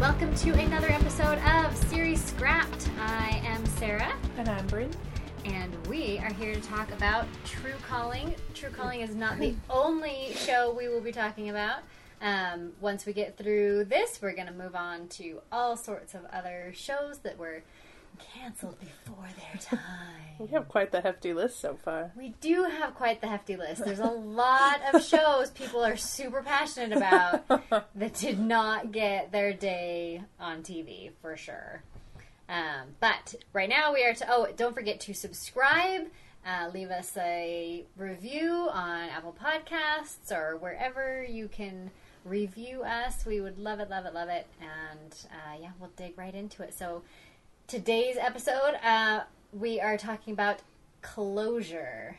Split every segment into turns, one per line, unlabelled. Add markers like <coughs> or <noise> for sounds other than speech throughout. welcome to another episode of Series Scrapped. I am Sarah,
And I'm Bryn.
and we are here to talk about True Calling. True Calling is not the only show we will be talking about. Um, once we get through this, we're going to move on to all sorts of other shows that were canceled before their time.
We have quite the hefty list so far.
We do have quite the hefty list. There's a lot of shows people are super passionate about that did not get their day on TV for sure. Um, but right now we are to. Oh, don't forget to subscribe. Uh, leave us a review on Apple Podcasts or wherever you can review us. We would love it, love it, love it. And uh, yeah, we'll dig right into it. So today's episode, uh, we are talking about closure.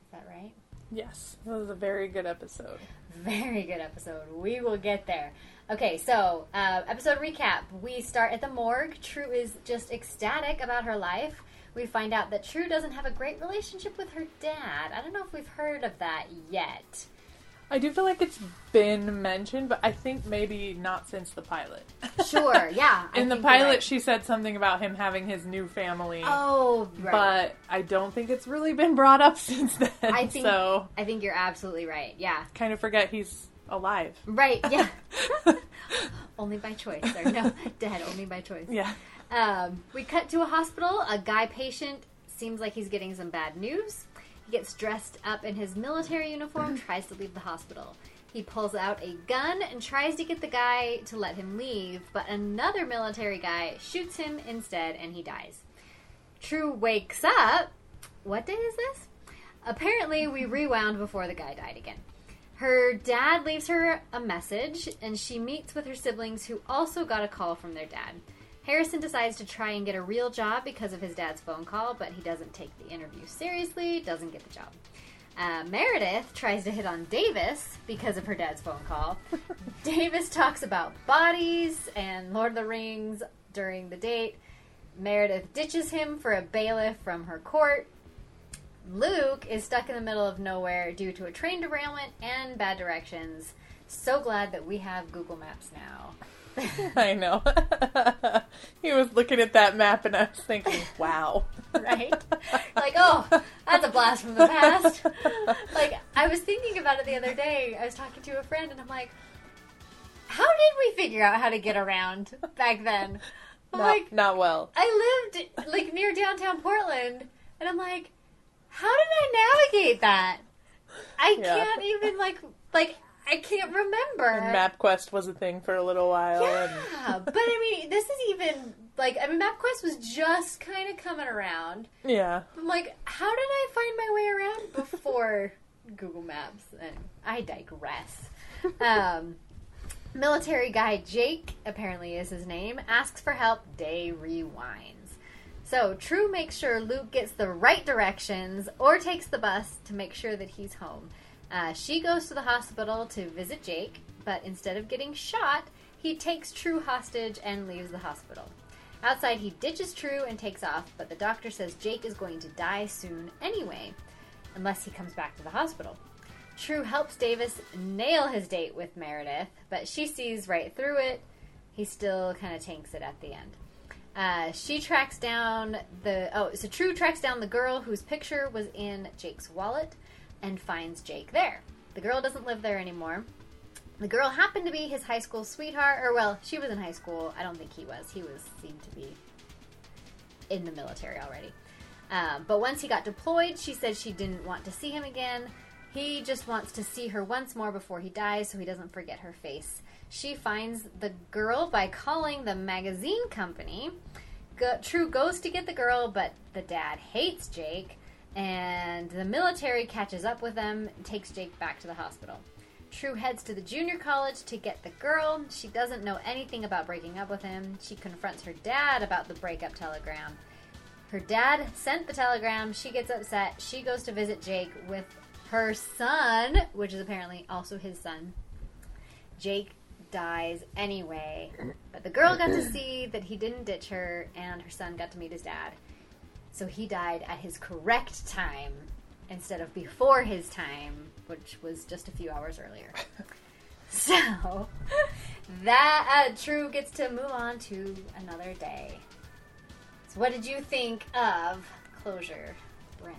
Is that right?
Yes, that was a very good episode.
Very good episode. We will get there. Okay, so uh, episode recap. We start at the morgue. True is just ecstatic about her life. We find out that True doesn't have a great relationship with her dad. I don't know if we've heard of that yet.
I do feel like it's been mentioned, but I think maybe not since the pilot.
Sure, <laughs> yeah. I
In the
think you're
pilot,
right.
she said something about him having his new family,
Oh, right.
but I don't think it's really been brought up <laughs> since then.
I think
so.
I think you're absolutely right. Yeah.
Kind of forget he's alive. <laughs>
Right. Yeah. only by choice. Or no, <laughs> dead. Only by choice.
Yeah.
Um, we cut to a hospital. A guy patient seems like he's getting some bad news. He gets dressed up in his military uniform, tries to leave the hospital. He pulls out a gun and tries to get the guy to let him leave, but another military guy shoots him instead and he dies. True wakes up. What day is this? Apparently, we rewound before the guy died again. Her dad leaves her a message, and she meets with her siblings who also got a call from their dad. Harrison decides to try and get a real job because of his dad's phone call, but he doesn't take the interview seriously, doesn't get the job. Uh, Meredith tries to hit on Davis because of her dad's phone call. Davis talks about bodies and Lord of the Rings during the date. Meredith ditches him for a bailiff from her court. Luke is stuck in the middle of nowhere due to a train derailment and bad directions. So glad that we have Google Maps now.
<laughs> I know. he was looking at that map and I was thinking, wow.
Right? like, oh, that's a blast from the past. like, I was thinking about it the other day. I was talking to a friend and I'm like, how did we figure out how to get around back then? I'm
<laughs> Not-
like,
not well.
I lived like near downtown Portland, and I'm like, how did I navigate that? I
Yeah.
can't even like like I can't remember.
And MapQuest was a thing for a little while.
uh, yeah, but I mean, this is even like I mean, MapQuest was just kind of coming around.
And, yeah.
I'm like, how did I find my way around before <laughs> Google Maps? And I digress. Um, military guy Jake, apparently is his name, asks for help. Day rewinds. So True makes sure Luke gets the right directions or takes the bus to make sure that he's home. Uh, she goes to the hospital to visit Jake, but instead of getting shot, he takes True hostage and leaves the hospital. Outside, he ditches True and takes off, but the doctor says Jake is going to die soon anyway, unless he comes back to the hospital. True helps Davis nail his date with Meredith, but she sees right through it. He still kind of tanks it at the end. Uh, she tracks down the oh, so True tracks down the girl whose picture was in Jake's wallet and finds Jake there. The girl doesn't live there anymore. The girl happened to be his high school sweetheart, or well, she was in high school. I don't think he was. He was seemed to be in the military already. Um, but once he got deployed, she said she didn't want to see him again. He just wants to see her once more before he dies so he doesn't forget her face. She finds the girl by calling the magazine company. Go- True goes to get the girl, but the dad hates Jake, and the military catches up with them and takes Jake back to the hospital. True heads to the junior college to get the girl. She doesn't know anything about breaking up with him. She confronts her dad about the breakup telegram. Her dad sent the telegram. She gets upset. She goes to visit Jake with her son, which is apparently also his son. Jake dies anyway, but the girl got to see that he didn't ditch her, and her son got to meet his dad. So he died at his correct time instead of before his time, which was just a few hours earlier. So <laughs> that uh, True gets to move on to another day. So, what did you think of closure, Bryn?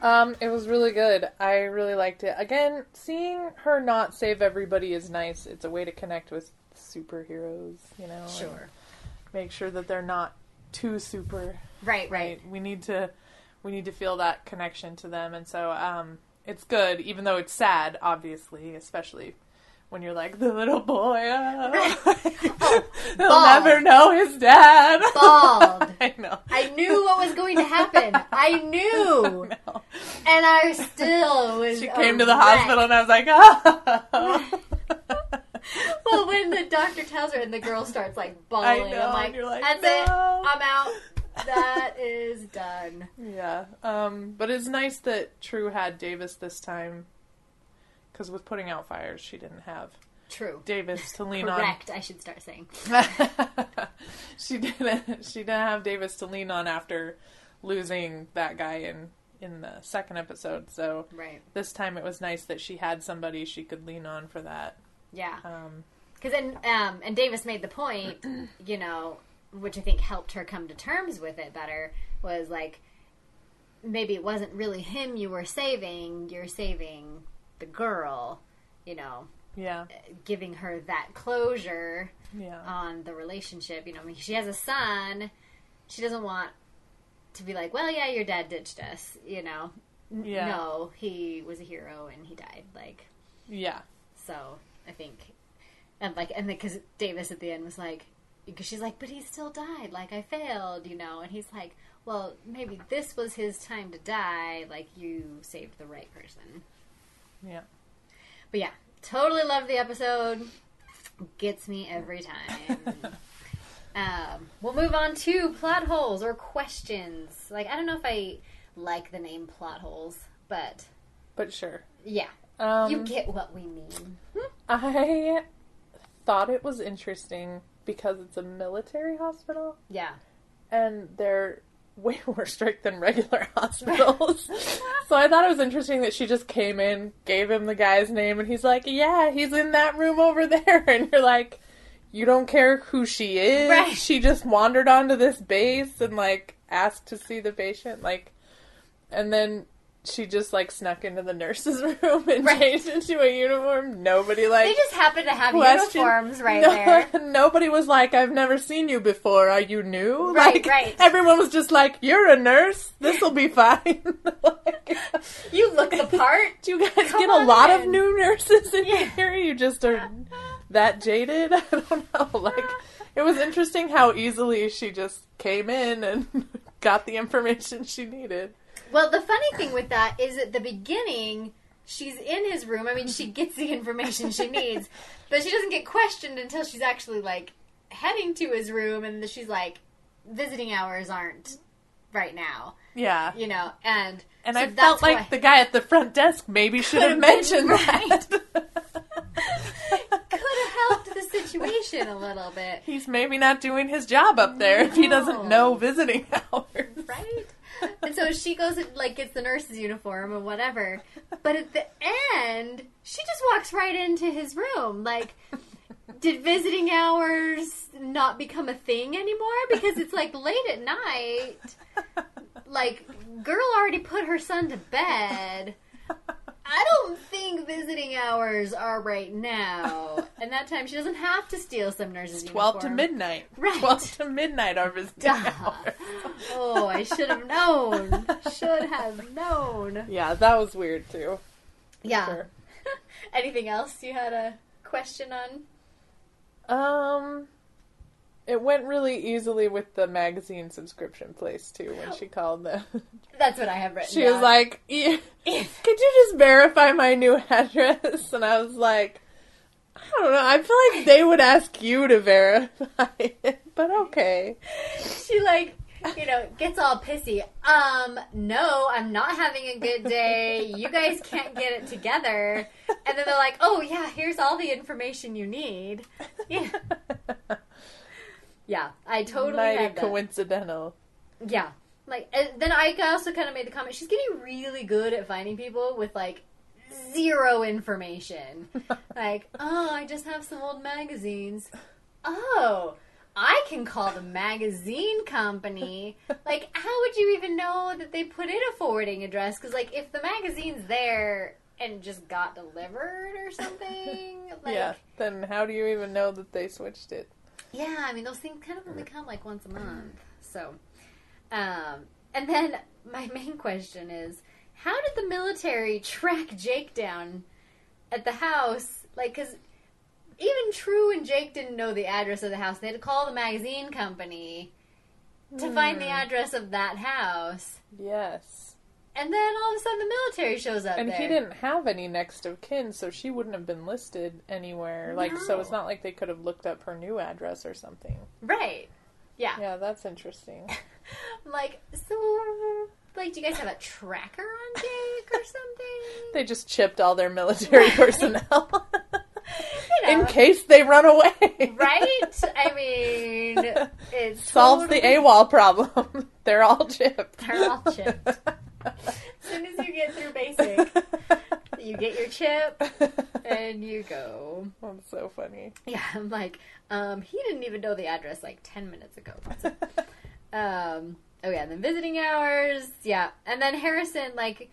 Um, it was really good. I really liked it. Again, seeing her not save everybody is nice. It's a way to connect with superheroes, you know. and Make sure that they're not too super.
Right, right.
Right. We need to we need to feel that connection to them and so um it's good even though it's sad obviously, especially when you're like the little boy, uh, he'll
bald.
never know his dad.
<laughs> Bald.
<laughs> I know.
I knew what was going to happen. I knew,
know.
and I still was.
She
a
came to the
wreck.
hospital and I was like, <laughs> oh.
Well, when the doctor tells her, and the girl starts like
I
bawling,
know.
I'm like,
and you're like,
"That's it.
no.
I'm out. That is done."
Yeah. Um, but it's nice that True had Davis this time. Because with putting out fires, she didn't have
True.
Davis to lean
Correct. I should start saying.
on. <laughs> she didn't. She didn't have Davis to lean on after losing that guy in in the second episode. So
Right.
this time it was nice that she had somebody she could lean on for that.
Yeah.
Um,
Because and um, and Davis made the point, you know, which I think helped her come to terms with it better was like maybe it wasn't really him you were saving, you're saving the girl, you know,
yeah.
giving her that closure
Yeah.
on the relationship. You know, I mean, she has a son. She doesn't want to be like, well, yeah, your dad ditched us. You know, N-
Yeah.
Um, no, he was a hero and he died. Like,
yeah.
so I think, and like, and because Davis at the end was like, because she's like, but he still died. Like I failed, you know. And he's like, well, maybe this was his time to die. Like you saved the right person.
Yeah.
But yeah, totally loved the episode. Gets me every time. um, we'll move on to plot holes or questions. Like I don't know if I like the name plot holes, but
But sure.
yeah,
Um,
you get what we mean.
I thought it was interesting because it's a military hospital
Yeah.
and they're <laughs> way more strict than regular <laughs> hospitals.
<laughs>
so I thought it was interesting that she just came in, gave him the guy's name, and he's like, Yeah, he's in that room over <laughs> there. And you're like, You don't care who she is.
Right.
She just wandered onto this base and like asked to see the patient. Like, and then. She just like snuck into the nurse's <laughs> room and
Right.
changed into a uniform. Nobody like
They just happen to have
question.
uniforms right
No-
there.
<laughs> Nobody was like, "I've never seen you before. Are you new?"
Right,
like,
right.
Everyone was just like, "You're a nurse. This
<laughs>
will be fine." <laughs> like,
<laughs> You look the part.
do you guys
Come
get a
on
lot of
in.
new nurses in
Yeah.
here? You
<laughs>
just are that jaded. <laughs> I don't know. Like, it was interesting how easily she just came in and <laughs> got the information she needed.
Well, the funny thing with that is at the beginning, she's in his room. I mean, <laughs> she gets the information she needs, but she doesn't get questioned until she's actually like heading to his room, and she's like, visiting hours aren't right now,
Yeah,
you know. And
and
so
I
that's
felt like
why-
the guy at the front desk maybe should have
been
mentioned
right.
<laughs> that.
could have helped the situation a little bit,
He's maybe not doing his job up there if he doesn't
No.
know visiting <laughs> hours. <laughs>
right? And so she goes and like gets the nurse's uniform or whatever. But at the end, she just walks right into his room. Like, did visiting hours not become a thing anymore? Because it's like late at night. Like, girl already put her son to bed. I don't think visiting hours are right now. And that time she doesn't have to steal some nurse's
Twelve to
uniform.
midnight.
Right.
Twelve to midnight are visiting
Duh.
hours.
Oh, I should have known. Should have known.
<laughs> Yeah, that was weird too.
Yeah.
Sure.
<laughs> Anything else you had a question on?
Um, it went really easily with the magazine subscription place too when she called them. <laughs>
That's what I have written.
She
down.
was like, "Yeah, "Could you just verify my new <laughs> address?" And I was like, "I don't know. I feel like they would ask you to verify it, but okay."
<laughs> she like, you know, gets all pissy. Um, no, I'm not having a good day. You guys can't get it together. And then they're like, oh yeah, here's all the information you need. Yeah,
<laughs>
yeah, I totally
Mighty
had that.
coincidental.
Yeah. Like, and then I also kind of made the comment she's getting really good at finding people with like zero information. <laughs> like, oh, I just have some old magazines. Oh, I can call the magazine company. Like, how would you even know that they put in a forwarding address? Because, like, if the magazine's there and just got delivered or something, like,
yeah. Then how do you even know that they switched it?
yeah, I mean, those things kind of only come like once a month. So, um, and then <laughs> my main question is how did the military <laughs> track Jake down at the house? Like, because even True and Jake didn't know the address of the house. They had to call the magazine company to find
Hmm.
the address of that house.
Yes.
And then all of a sudden the military shows up
And
there.
he didn't have any next of kin, so she wouldn't have been listed anywhere. Like, so it's
No.
not like they could have looked up her new address or something.
Right. Yeah.
Yeah, that's interesting.
I'm like, so, like, do you guys have a tracker on Jake or
<laughs>
something?
they just chipped all their military personnel <laughs>
You know.
in case they run away. <laughs>
Right? I mean, it
Solves the
totally-
AWOL problem. <laughs> They're all chipped.
They're all chipped. As soon as you get through basic, you get your chip and you go.
<laughs> That's so
<laughs>
funny.
Yeah, I'm like, um, he didn't even know the address like 10 minutes ago. Um, oh, yeah, and then visiting hours. Yeah. And then Harrison, like,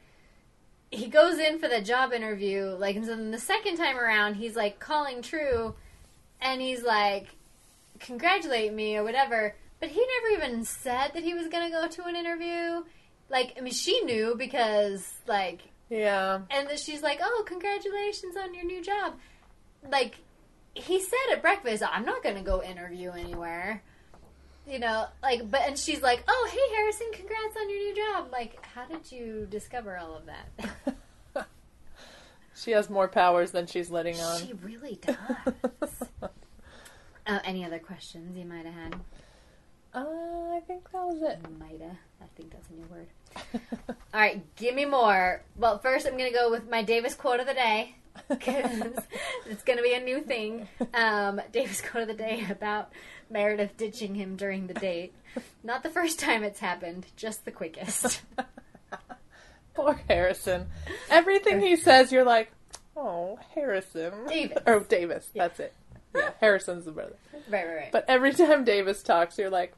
he goes in for the job interview. Like, and so then the second time around, he's like calling True and he's like, congratulate me or whatever. But he never even said that he was going to go to an interview. Like, I mean, she knew because, like,
yeah. <laughs>
and then she's like, "Oh, congratulations on your new job." Like he said at breakfast, "I'm not going to go interview anywhere." You know, like but and she's like, "Oh, hey Harrison, congrats on your new job." Like, how did you discover all of that?
She has more powers than she's letting on.
She really does. uh, any other questions you might have had?
<laughs> uh, I think that was it.
Mida. I think that's a new word. All right, give me more. Well, first I'm going to go with my Davis quote of the day because <laughs> it's going to be a new thing. Um, Davis quote of the day about Meredith ditching him during the date. Not the first time it's happened, just the quickest.
<laughs>
<laughs>
Poor Harrison. Everything he says, you're like, oh, Harrison.
Davis.
<laughs> Oh, Davis.
Yeah.
That's it. Yeah, Harrison's the brother.
Right, right, right.
But every time Davis talks, you're like,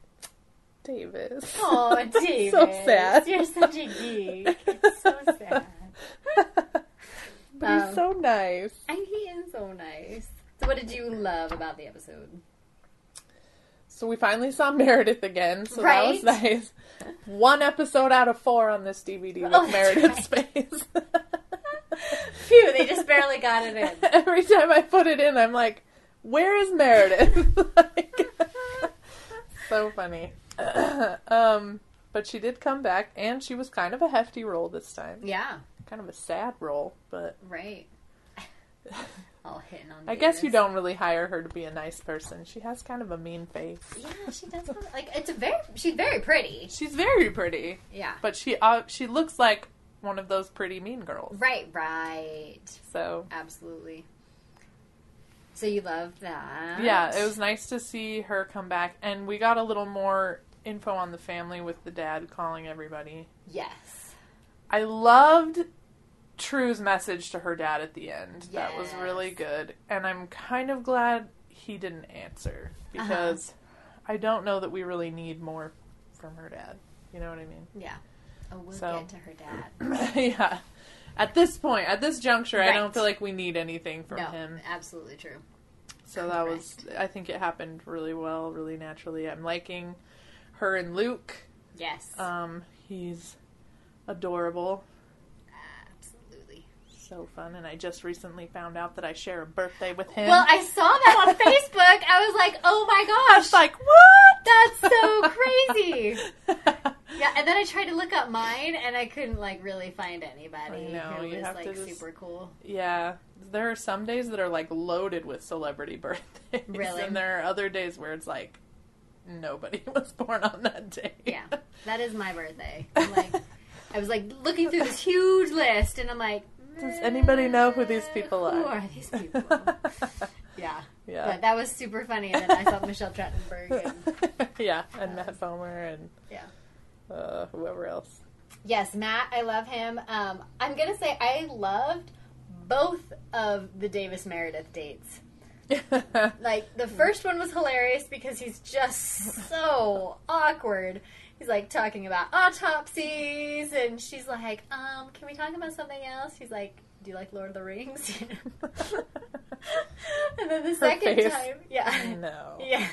Davis.
oh, <laughs> Davis.
<laughs> so sad.
You're such a geek. It's so sad.
<laughs> But he's
Um,
so nice.
And he is so nice. So, what did you love about the episode?
So we finally saw <laughs> Meredith again, so that was
Right?
nice. One episode out of four on this DVD with
Oh, that's
Meredith
right.
<laughs> Space.
Phew, they just barely got it in.
<laughs> Every time I put it in, I'm like, where is Meredith? <laughs> like, so funny. <clears throat> um, but she did come back, and she was kind of a hefty role this time.
<laughs> Yeah,
Kind of a sad role, but <laughs>
right. All hitting on.
I guess you
Davis.
don't really hire her to be a nice person. She has kind of a mean face.
Yeah, she does. Have, like it's a very. She's very pretty.
She's very pretty,
Yeah.
but she uh, she looks like one of those pretty mean girls.
Right. Right.
So
Absolutely. So you love that?
yeah, it was nice to see her come back, and we got a little more info on the family with the dad calling everybody.
Yes.
I loved True's message to her dad at the end. That was
Yes.
really good. And I'm kind of glad he didn't answer
Uh-huh.
because I don't know that we really need more from her dad. You know what I
<coughs>
mean? <laughs>
Yeah. Oh, we'll
So-
get to her dad.
yeah. At this point, at this juncture, I don't
Right.
feel like we need anything from
no,
him.
absolutely true.
So that was, I think it happened really well, really naturally. I'm liking her and Luke.
Yes.
Um, he's adorable.
absolutely.
so fun and i just recently found out that i share a birthday with him
Well, I saw that on <laughs> Facebook. I was like, oh my
I
gosh.
was like what <laughs>
That's so crazy. Yeah, and then I tried to look up mine, and I couldn't like really find anybody
I know,
who
you
was
have to
like
just-
super cool.
yeah there are some days that are like loaded with celebrity <laughs> birthdays
Really?
and there are other days where it's like nobody <laughs> was born on that day
Yeah, that is my
<laughs>
birthday. I'm like, I was like looking through this huge list, and I'm like,
Does anybody know who these people
Who
are?"
are
<laughs>
these people? yeah,
yeah
but that was super funny. And then I saw Michelle Trachtenberg.
<laughs>
And,
yeah and matt bomer and
Um, Yeah.
uh,
<laughs>
whoever else
yes, Matt, I love him. Um, I'm gonna say I loved both of the Davis Meredith dates. Like
Hmm.
the first one was hilarious because he's just
<laughs>
so awkward. He's like talking about autopsies, and she's like, "Um, can we talk about something else?" He's like, "Do you like Lord of the Rings?" <laughs> and then the second
face. Mm. Oh.
time, yeah,
no.
<laughs> yeah.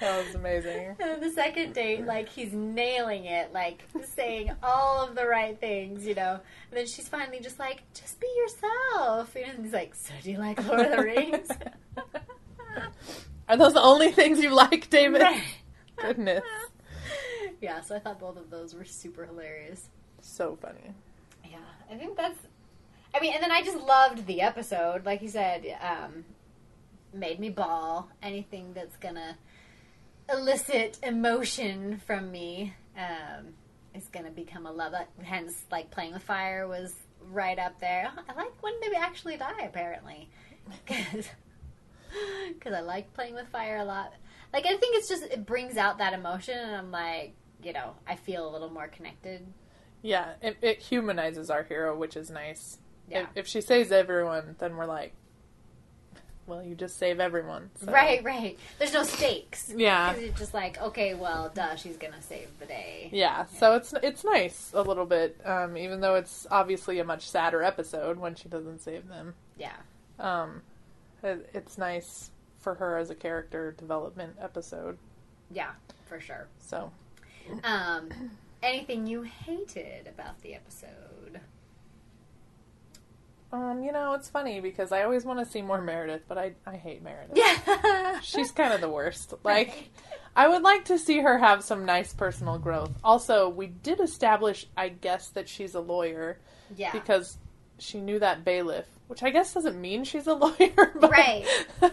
That was amazing.
And then the second date, like he's nailing it, like saying all of the right things, you know. And then she's finally just like, "Just be yourself," you know. And he's like, "So do you like <laughs> Lord of the Rings?"
Are those the only things you like, David?
Right.
<laughs> Goodness.
<laughs> yeah, so I thought both of those were super hilarious.
So funny.
Yeah, I think that's. I mean, and then I just loved the episode. Like you said, um, made me ball. Anything that's gonna elicit emotion from me um, is gonna become a love. Hence, like playing with fire was right up there. I like when they actually die, apparently, <laughs> because I like playing with fire a lot. Like I think it's just it brings out that emotion, and I'm like, you know, I feel a little more connected.
Yeah, it, it humanizes our hero, which is nice.
Yeah.
If, if she saves everyone, then we're like, well, you just save everyone. so-
Right, right. There's no stakes.
Yeah.
'Cause It's just like, okay, well, duh, she's gonna save the day.
Yeah, so it's it's nice a little bit, um, even though it's obviously a much sadder episode when she doesn't save them.
Yeah.
Um, it, it's nice for her as a character development episode.
Yeah, for sure.
So
Um, anything you hated about the episode?
Um, you know, it's funny because I always want to see more Meredith, but I I
<laughs>
hate Meredith.
Yeah.
She's kind of the worst. Like I would like to see her have some nice personal growth. Also, we did establish I guess that she's a lawyer
Yeah. <laughs>
because she knew that bailiff, which I guess doesn't mean she's a <laughs> lawyer, but
Right.
<laughs>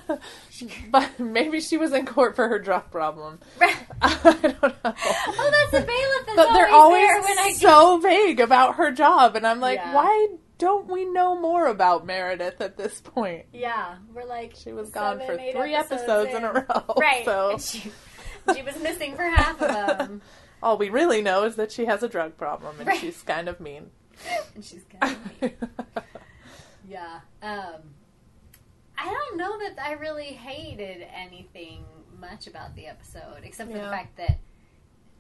but maybe she was in court for her drug problem. <laughs>
oh,
I don't know.
that's the bailiff. That's
but they're
always
always
there when I
so vague about her job and i'm like
Yeah.
why don't we know more about meredith at this point
<laughs> Yeah, we're like
she was gone
seven,
for
eight
three episodes in. a row <laughs>
Right.
so
And she, she was missing for half of
<laughs>
them,
all we really know is that she has a drug problem and
Right.
she's kind of mean
and <laughs> she's kind of Yeah. Um, I don't know that I really hated anything much about the episode, except for the
Yeah.
fact that,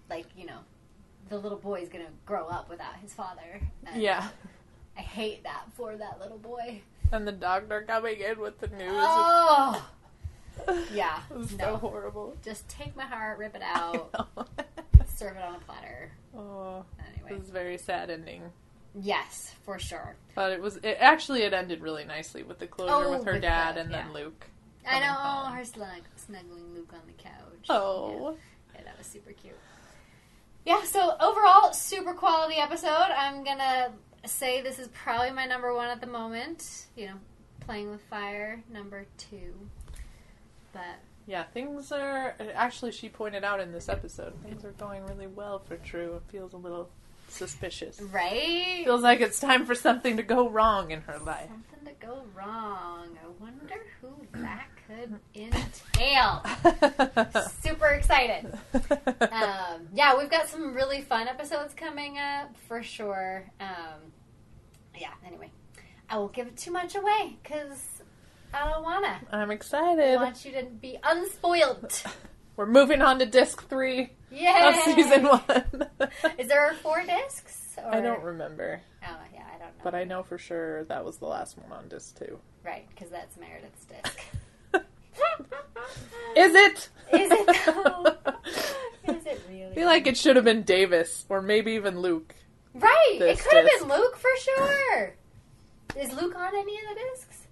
like, you know, the little boy is going to grow up without his father. And
<laughs> yeah
I hate that for that little boy.
and the doctor coming in with the news
Oh!
<laughs>
Yeah.
it was so
No.
horrible <laughs>
Just take my heart, rip it out, serve it on a platter.
oh it
Anyway.
was a very sad ending
Yes, for sure.
but it was it actually it ended really nicely with the closure
Oh,
with her
with
dad
that,
and
yeah.
then luke
I
Coming
know
home.
her snug, snuggling Luke on the couch. Yeah.
oh
Yeah, that was super cute. Yeah, so overall, super quality episode. I'm gonna say this is probably my number one at the moment. You know, playing with fire, number two. But
Yeah, things are. Actually, she pointed out in this episode, things are going really well for True. It feels a little suspicious.
right,
Feels like it's time for something to go wrong in her
<laughs>
life.
something to go wrong. I wonder who that could
<laughs>
entail. Super excited. um, yeah, we've got some really fun episodes coming up for sure. Um, yeah, anyway, I won't give too much away because I don't wanna.
I'm
I
excited.
want you to be
<laughs>
unspoiled.
We're moving on to disc three
Yeah.
of season
<laughs>
one.
Is there four discs? Or?
I don't remember,
Oh yeah, I don't know.
but I know for sure that was the last one on disc
<laughs>
two.
Right, because that's Meredith's disc.
<laughs> Is it?
Is
<laughs>
it Oh. though? Is it really?
I feel like it should have been Davis or maybe even Luke.
right. It
this
could have
disc.
been Luke for sure. Is Luke on any of the discs?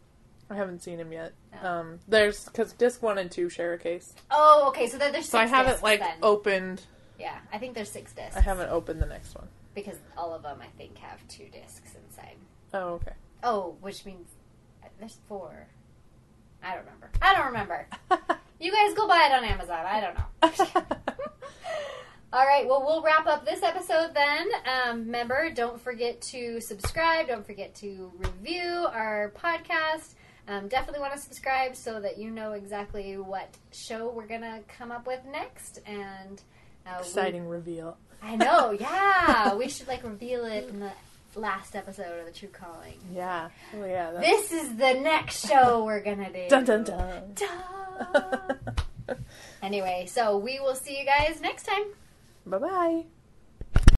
I haven't seen him yet.
Oh.
Um, there's because disc one and two share a case.
Oh, okay. So then there's six
So I haven't
discs
like
then.
opened.
Yeah, I think there's six discs.
I haven't opened the next one.
because all of them I think have two discs inside.
Oh, okay.
Oh, which means uh, there's four. I don't remember. I don't remember. <laughs> You guys go buy it on Amazon. I don't know. All right, well, we'll wrap up this episode then. Um, remember, don't forget to subscribe. Don't forget to review our podcast. Um, definitely want to subscribe so that you know exactly what show we're going to come up with next. And uh, we-
Exciting reveal.
I know, yeah. we should like reveal it in the last episode of The True Calling.
Yeah. Oh, yeah. that's-
This is the next show we're gonna do.
Dun dun dun. <laughs>
Dun. anyway, so we will see you guys next time.
bye bye.